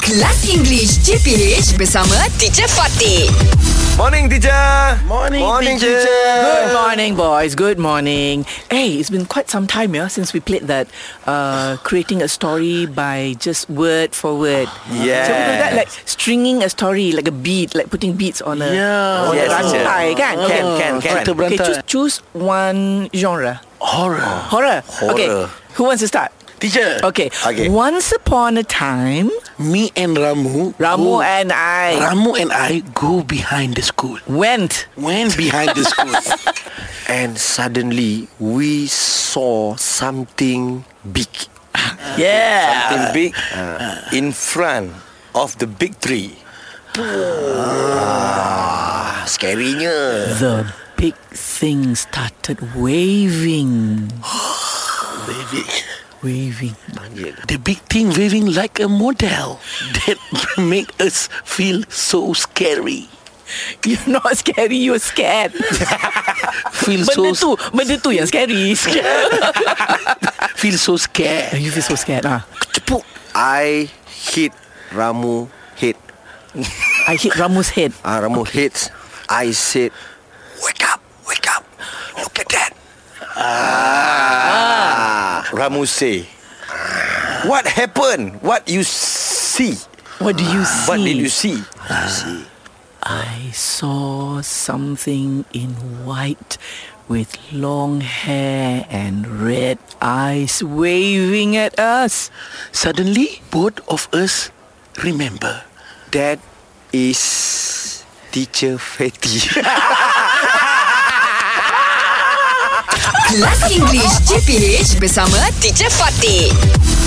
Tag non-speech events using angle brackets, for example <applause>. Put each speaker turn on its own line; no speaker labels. Kelas English CPH bersama Teacher Fatih.
Morning teacher.
Morning, teacher. Good morning, boys. Good morning. Hey, it's been quite some time, yeah, since we played that uh, creating a story by just word for word. So we do that like stringing a story, like a beat, like putting beats on a
Yeah.
on
Yes,
a
teacher.
rantai, kan?
Can, can, can.
Cerita
Okay,
berantai.
choose, choose one genre.
Horror.
Horror. Okay,
Horror.
who wants to start?
Teacher.
Okay.
Okay.
Once upon a time,
Me and Ramu.
Ramu
go-
and I
Ramu and I go behind the school.
went.
Went behind the school.
<laughs>
And suddenly we saw something big. Uh,
Yeah.
Something big in front of the big tree. Ah, scarinya.
The big thing started waving.
Waving.
Waving.
the big thing waving like a model that <laughs> make us feel so scary.
You're not scary, <laughs> you're scared.
Feel
Benda
so
tu, benda tu yang <laughs> scary.
feel so scared.
you feel so scared, huh?
Cepuk. I hit Ramu hit.
I hit Ramu's head.
Ah, Ramu hits. I said, wake up, wake up. Look at that. Ah. Ramu say, what happened? What you see?
Ah, What do you see?
What did you see? see.
I saw something in white with long hair and red eyes waving at us.
Suddenly, both of us remember.
That is teacher Fatty.
Kelas English CPH bersama Teacher Fatih.